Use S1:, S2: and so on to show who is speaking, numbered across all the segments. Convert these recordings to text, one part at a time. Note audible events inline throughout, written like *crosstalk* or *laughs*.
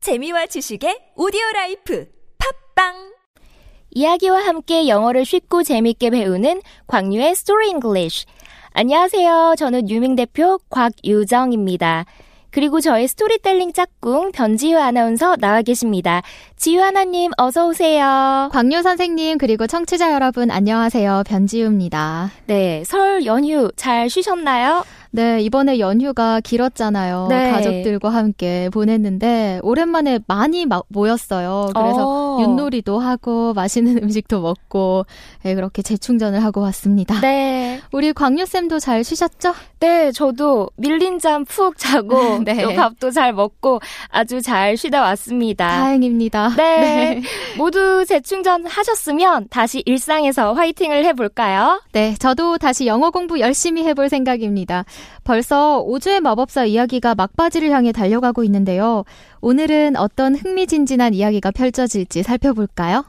S1: 재미와 지식의 오디오 라이프 팝빵
S2: 이야기와 함께 영어를 쉽고 재밌게 배우는 광유의 Story English. 안녕하세요. 저는 유밍 대표 곽유정입니다. 그리고 저의 스토리텔링 짝꿍 변지유 아나운서 나와 계십니다. 지유 하나님 어서 오세요.
S3: 광유 선생님 그리고 청취자 여러분 안녕하세요. 변지우입니다.
S2: 네, 설 연휴 잘 쉬셨나요?
S3: 네, 이번에 연휴가 길었잖아요.
S2: 네.
S3: 가족들과 함께 보냈는데 오랜만에 많이 마- 모였어요. 그래서
S2: 어.
S3: 윷놀이도 하고 맛있는 *laughs* 음식도 먹고 네, 그렇게 재충전을 하고 왔습니다.
S2: 네,
S3: 우리 광유쌤도 잘 쉬셨죠?
S2: 네, 저도 밀린 잠 푹 *laughs* 자고
S3: 네.
S2: 또 밥도 잘 먹고 아주 잘 쉬다 왔습니다.
S3: 다행입니다.
S2: 아. *laughs* 네. 모두 재충전하셨으면 다시 일상에서 화이팅을 해볼까요?
S3: 네, 저도 다시 영어 공부 열심히 해볼 생각입니다. 벌써 오즈의 마법사 이야기가 막바지를 향해 달려가고 있는데요. 오늘은 어떤 흥미진진한 이야기가 펼쳐질지 살펴볼까요?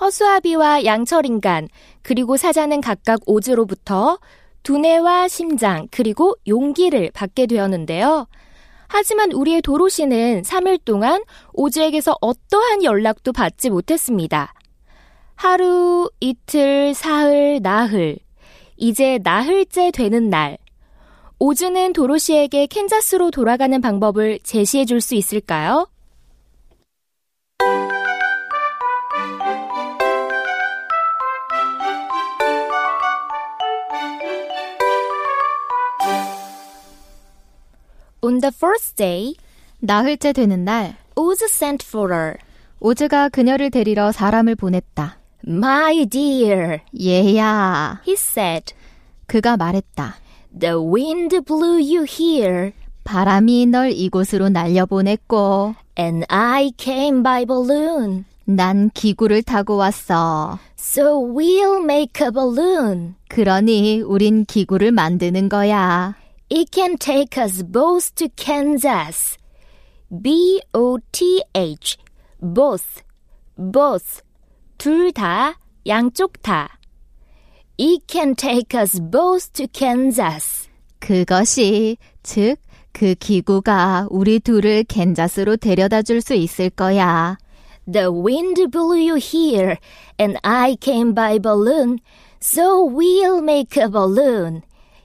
S2: 허수아비와 양철인간, 그리고 사자는 각각 오즈로부터 두뇌와 심장, 그리고 용기를 받게 되었는데요. 하지만 우리의 도로시는 3일 동안 오즈에게서 어떠한 연락도 받지 못했습니다. 하루, 이틀, 사흘, 나흘. 이제 나흘째 되는 날. 오즈는 도로시에게 캔자스로 돌아가는 방법을 제시해 줄 수 있을까요? On the first day,
S3: 나흘째 되는 날,
S2: Oz sent for her.
S3: 오즈가 그녀를 데리러 사람을 보냈다.
S2: My dear,
S3: 얘야,
S2: he said,
S3: 그가 말했다.
S2: the wind blew you here,
S3: 바람이 널 이곳으로 날려보냈고,
S2: and I came by balloon.
S3: 난 기구를 타고 왔어.
S2: So we'll make a balloon.
S3: 그러니 우린 기구를 만드는 거야.
S2: It can take us both to Kansas. B O T H, both, both, 둘 다, 양쪽 다. It can take us both to Kansas.
S3: 그것이 즉 그 기구가 우리 둘을 겐자스로 데려다 줄 수 있을 거야.
S2: The wind blew you here, and I came by balloon, so we'll make a balloon.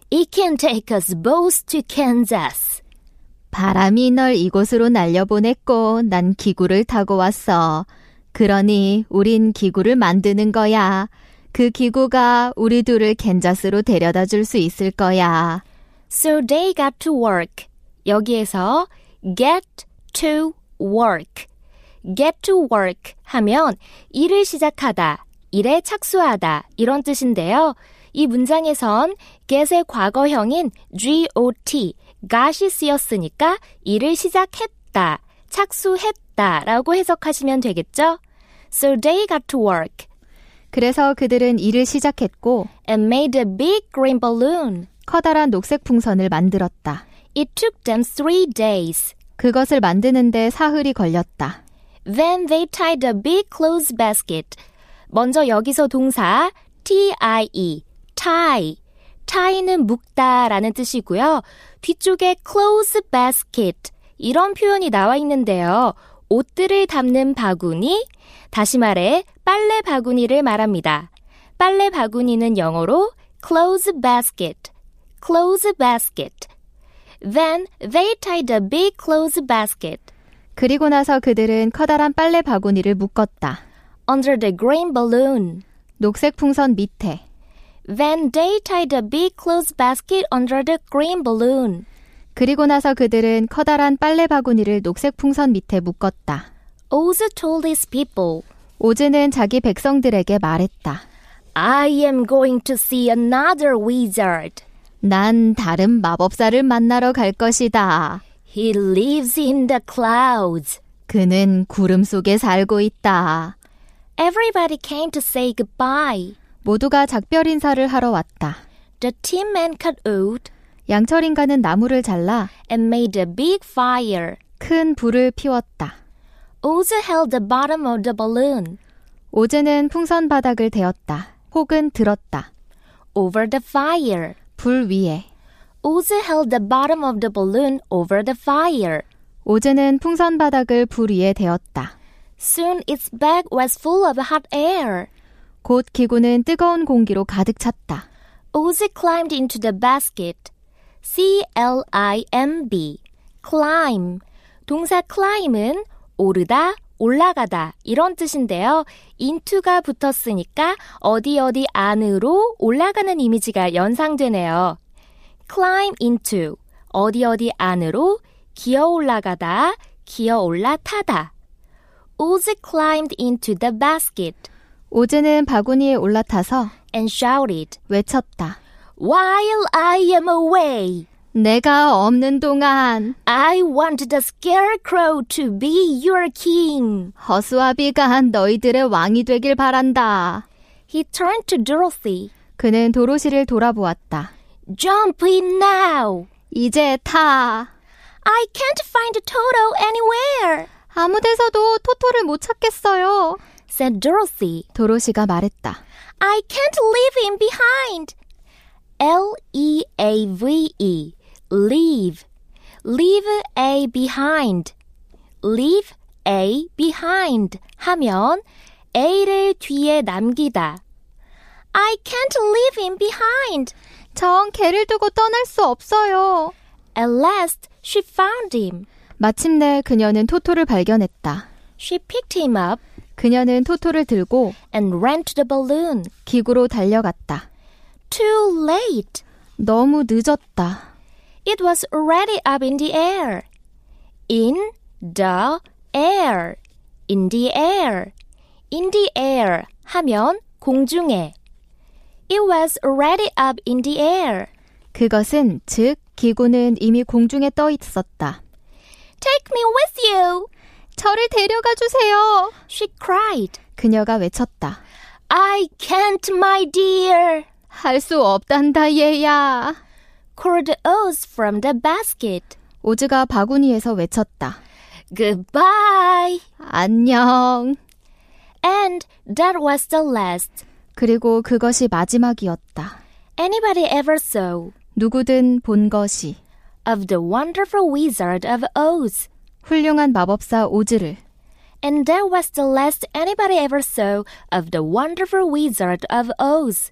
S2: It can take us both to Kansas.
S3: 바람이 널 이곳으로 날려보냈고 난 기구를 타고 왔어. 그러니 우린 기구를 만드는 거야. 그 기구가 우리 둘을 겐자스로 데려다 줄 수 있을 거야.
S2: So they got to work. 여기에서 get to work. get to work 하면 일을 시작하다, 일에 착수하다 이런 뜻인데요. 이 문장에선 get의 과거형인 got, got이 쓰였으니까 일을 시작했다, 착수했다 라고 해석하시면 되겠죠? So they got to work
S3: 그래서 그들은 일을 시작했고
S2: and made a big green balloon.
S3: 커다란 녹색 풍선을 만들었다.
S2: It took them three days.
S3: 그것을 만드는데 사흘이 걸렸다.
S2: Then they tied a big clothes basket. 먼저 여기서 동사 tie, tie. tie는 묶다라는 뜻이고요. 뒤쪽에 clothes basket 이런 표현이 나와 있는데요. 옷들을 담는 바구니, 다시 말해 빨래 바구니를 말합니다. 빨래 바구니는 영어로 clothes basket, clothes basket. Then they tied a big clothes basket.
S3: 그리고 나서 그들은 커다란 빨래 바구니를 묶었다.
S2: under the green balloon.
S3: 녹색 풍선 밑에.
S2: Then they tied a big clothes basket under the green balloon.
S3: 그리고 나서 그들은 커다란 빨래 바구니를 녹색 풍선 밑에 묶었다.
S2: Oz told his people,
S3: 오즈는 자기 백성들에게 말했다.
S2: I am going to see another wizard.
S3: 난 다른 마법사를 만나러 갈 것이다.
S2: He lives in the clouds.
S3: 그는 구름 속에 살고 있다.
S2: Everybody came to say goodbye.
S3: 모두가 작별 인사를 하러 왔다.
S2: The tin man cut wood
S3: 양철인간은 나무를 잘라
S2: and made a big fire.
S3: 큰 불을 피웠다.
S2: Oz held the bottom of the balloon
S3: 오즈는 풍선 바닥을 대었다. 혹은 들었다.
S2: over the fire.
S3: 불 위에.
S2: Oz held the bottom of the balloon over the fire.
S3: 오즈는 풍선 바닥을 불 위에 대었다.
S2: Soon its back was full of hot air.
S3: 곧 기구는 뜨거운 공기로 가득 찼다.
S2: Uzi climbed into the basket. C L I M B. climb. 동사 climb은 오르다, 올라가다 이런 뜻인데요. into가 붙었으니까 어디 어디 안으로 올라가는 이미지가 연상되네요. climb into 어디 어디 안으로 기어 올라가다, 기어 올라타다. Uzi climbed into the basket
S3: 오즈는 바구니에 올라타서
S2: and shouted.
S3: 외쳤다.
S2: While I am away,
S3: 내가 없는 동안
S2: I want the scarecrow to be your king.
S3: 허수아비가 너희들의 왕이 되길 바란다.
S2: He turned to Dorothy.
S3: 그는 도로시를 돌아보았다.
S2: Jump in now.
S3: 이제 타.
S2: I can't find Toto anywhere,
S3: 아무 데서도 토토를 못 찾겠어요.
S2: said Dorothy.
S3: 도로시가 말했다.
S2: I can't leave him behind. L E A V E. Leave. Leave a behind. Leave a behind 하면 a를 뒤에 남기다. I can't leave him behind.
S3: 전 개를 두고 떠날 수 없어요.
S2: At last she found him.
S3: 마침내 그녀는 토토를 발견했다.
S2: She picked him up
S3: 그녀는 토토를 들고
S2: and ran to the balloon.
S3: 기구로 달려갔다.
S2: Too late.
S3: 너무 늦었다.
S2: It was already up in the air. In the air. In the air. In the air 하면 공중에. It was already up in the air.
S3: 그것은 즉 기구는 이미 공중에 떠 있었다.
S2: Take me with you.
S3: 저를 데려가 주세요.
S2: She cried.
S3: 그녀가 외쳤다.
S2: I can't, my dear.
S3: 할 수 없단다 얘야.
S2: Called Oz from the basket.
S3: 오즈가 바구니에서 외쳤다.
S2: Goodbye.
S3: 안녕.
S2: And that was the last.
S3: 그리고 그것이 마지막이었다.
S2: Anybody ever saw
S3: 누구든 본 것이
S2: of the wonderful Wizard of Oz?
S3: 훌륭한 마법사 오즈를
S2: And that was the last anybody ever saw of the wonderful Wizard of Oz.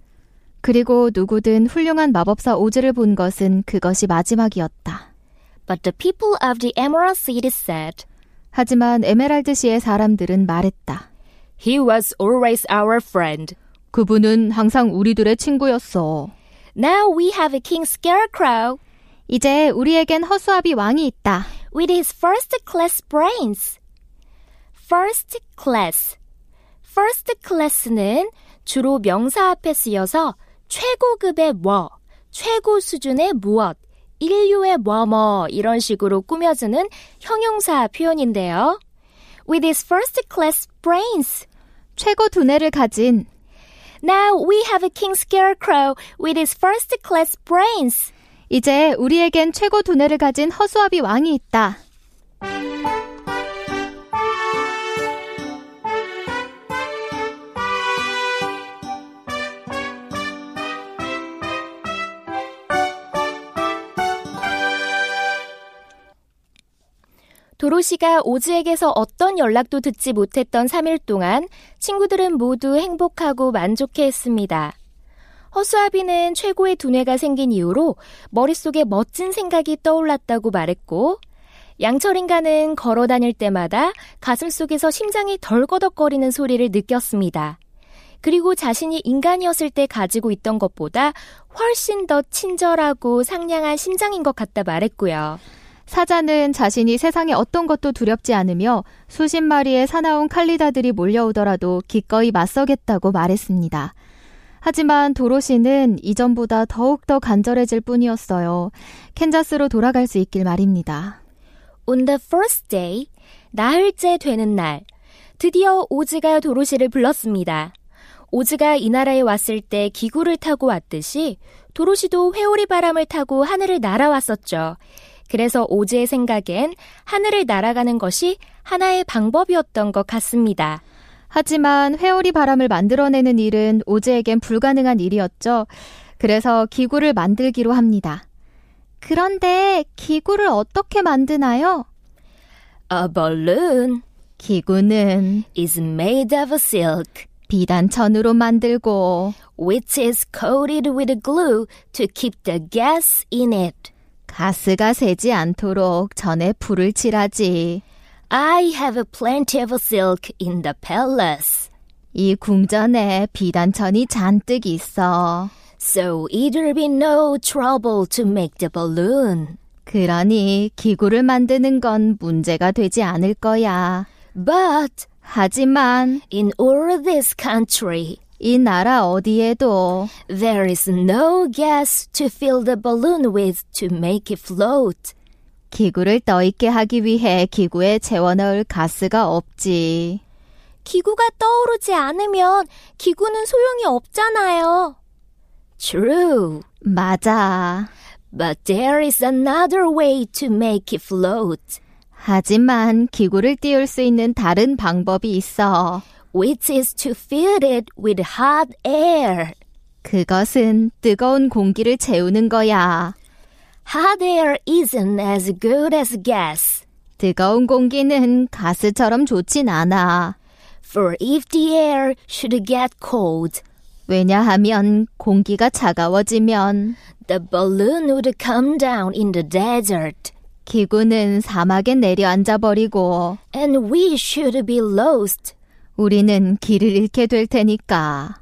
S3: 그리고 누구든 훌륭한 마법사 오즈를 본 것은 그것이 마지막이었다.
S2: But the people of the Emerald City said,
S3: 하지만 에메랄드시의 사람들은 말했다.
S2: He was always our friend.
S3: 그분은 항상 우리들의 친구였어.
S2: Now we have a King Scarecrow
S3: 이제 우리에겐 허수아비 왕이 있다.
S2: with his first class brains. First class. First class는 주로 명사 앞에 쓰여서 최고급의 뭐, 최고 수준의 무엇, 인류의 뭐뭐 이런 식으로 꾸며주는 형용사 표현인데요. With his first class brains.
S3: 최고 두뇌를 가진
S2: Now we have a King Scarecrow with his first class brains.
S3: 이제 우리에겐 최고 두뇌를 가진 허수아비 왕이 있다.
S2: 도로시가 오즈에게서 어떤 연락도 듣지 못했던 3일 동안 친구들은 모두 행복하고 만족해했습니다. 허수아비는 최고의 두뇌가 생긴 이후로 머릿속에 멋진 생각이 떠올랐다고 말했고, 양철인간은 걸어 다닐 때마다 가슴 속에서 심장이 덜거덕거리는 소리를 느꼈습니다. 그리고 자신이 인간이었을 때 가지고 있던 것보다 훨씬 더 친절하고 상냥한 심장인 것 같다 말했고요.
S3: 사자는 자신이 세상에 어떤 것도 두렵지 않으며 수십 마리의 사나운 칼리다들이 몰려오더라도 기꺼이 맞서겠다고 말했습니다. 하지만 도로시는 이전보다 더욱더 간절해질 뿐이었어요. 캔자스로 돌아갈 수 있길 말입니다.
S2: On the first day, 나흘째 되는 날, 드디어 오즈가 도로시를 불렀습니다. 오즈가 이 나라에 왔을 때 기구를 타고 왔듯이 도로시도 회오리 바람을 타고 하늘을 날아왔었죠. 그래서 오즈의 생각엔 하늘을 날아가는 것이 하나의 방법이었던 것 같습니다.
S3: 하지만 회오리 바람을 만들어내는 일은 오즈에겐 불가능한 일이었죠. 그래서 기구를 만들기로 합니다. 그런데 기구를 어떻게 만드나요?
S2: A balloon
S3: 기구는
S2: is made of silk,
S3: 비단천으로 만들고
S2: which is coated with glue to keep the gas in it.
S3: 가스가 새지 않도록 전에 불을 칠하지.
S2: I have plenty of silk in the palace,
S3: 이 궁전에 비단천이 잔뜩 있어.
S2: so it'll be no trouble to make the balloon.
S3: 그러니 기구를 만드는 건 문제가 되지 않을 거야.
S2: But
S3: 하지만
S2: in all this country,
S3: 이 나라 어디에도
S2: There is no gas to fill the balloon with to make it float.
S3: 기구를 떠있게 하기 위해 기구에 재워넣을 가스가 없지.
S2: 기구가 떠오르지 않으면 기구는 소용이 없잖아요. True.
S3: 맞아.
S2: But there is another way to make it float,
S3: 하지만 기구를 띄울 수 있는 다른 방법이 있어.
S2: which is to fill it with hot air.
S3: 그것은 뜨거운 공기를 채우는 거야.
S2: Hot air isn't as good as gas.
S3: 뜨거운 공기는 가스처럼 좋진 않아.
S2: For if the air should get cold,
S3: 왜냐하면 공기가 차가워지면
S2: the balloon would come down in the desert.
S3: 기구는 사막에 내려앉아 버리고
S2: and we should be lost.
S3: 우리는 길을 잃게 될 테니까.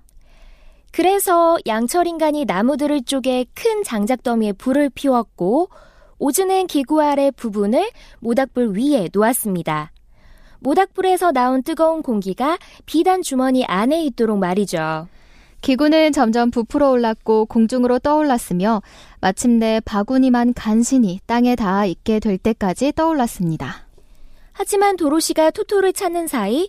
S2: 그래서 양철 인간이 나무들을 쪼개 큰 장작더미에 불을 피웠고 오즈는 기구 아래 부분을 모닥불 위에 놓았습니다. 모닥불에서 나온 뜨거운 공기가 비단 주머니 안에 있도록 말이죠.
S3: 기구는 점점 부풀어 올랐고 공중으로 떠올랐으며 마침내 바구니만 간신히 땅에 닿아 있게 될 때까지 떠올랐습니다.
S2: 하지만 도로시가 토토를 찾는 사이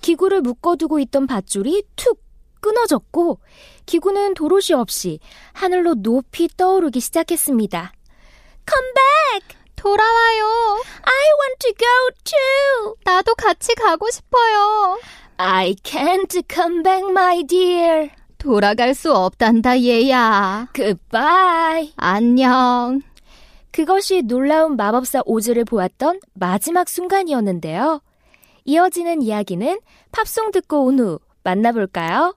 S2: 기구를 묶어두고 있던 밧줄이 툭 끊어졌고 기구는 도로시 없이 하늘로 높이 떠오르기 시작했습니다. Come back!
S3: 돌아와요.
S2: I want to go too!
S3: 나도 같이 가고 싶어요.
S2: I can't come back, my dear.
S3: 돌아갈 수 없단다 얘야.
S2: Goodbye.
S3: 안녕.
S2: 그것이 놀라운 마법사 오즈를 보았던 마지막 순간이었는데요. 이어지는 이야기는 팝송 듣고 온 후 만나볼까요?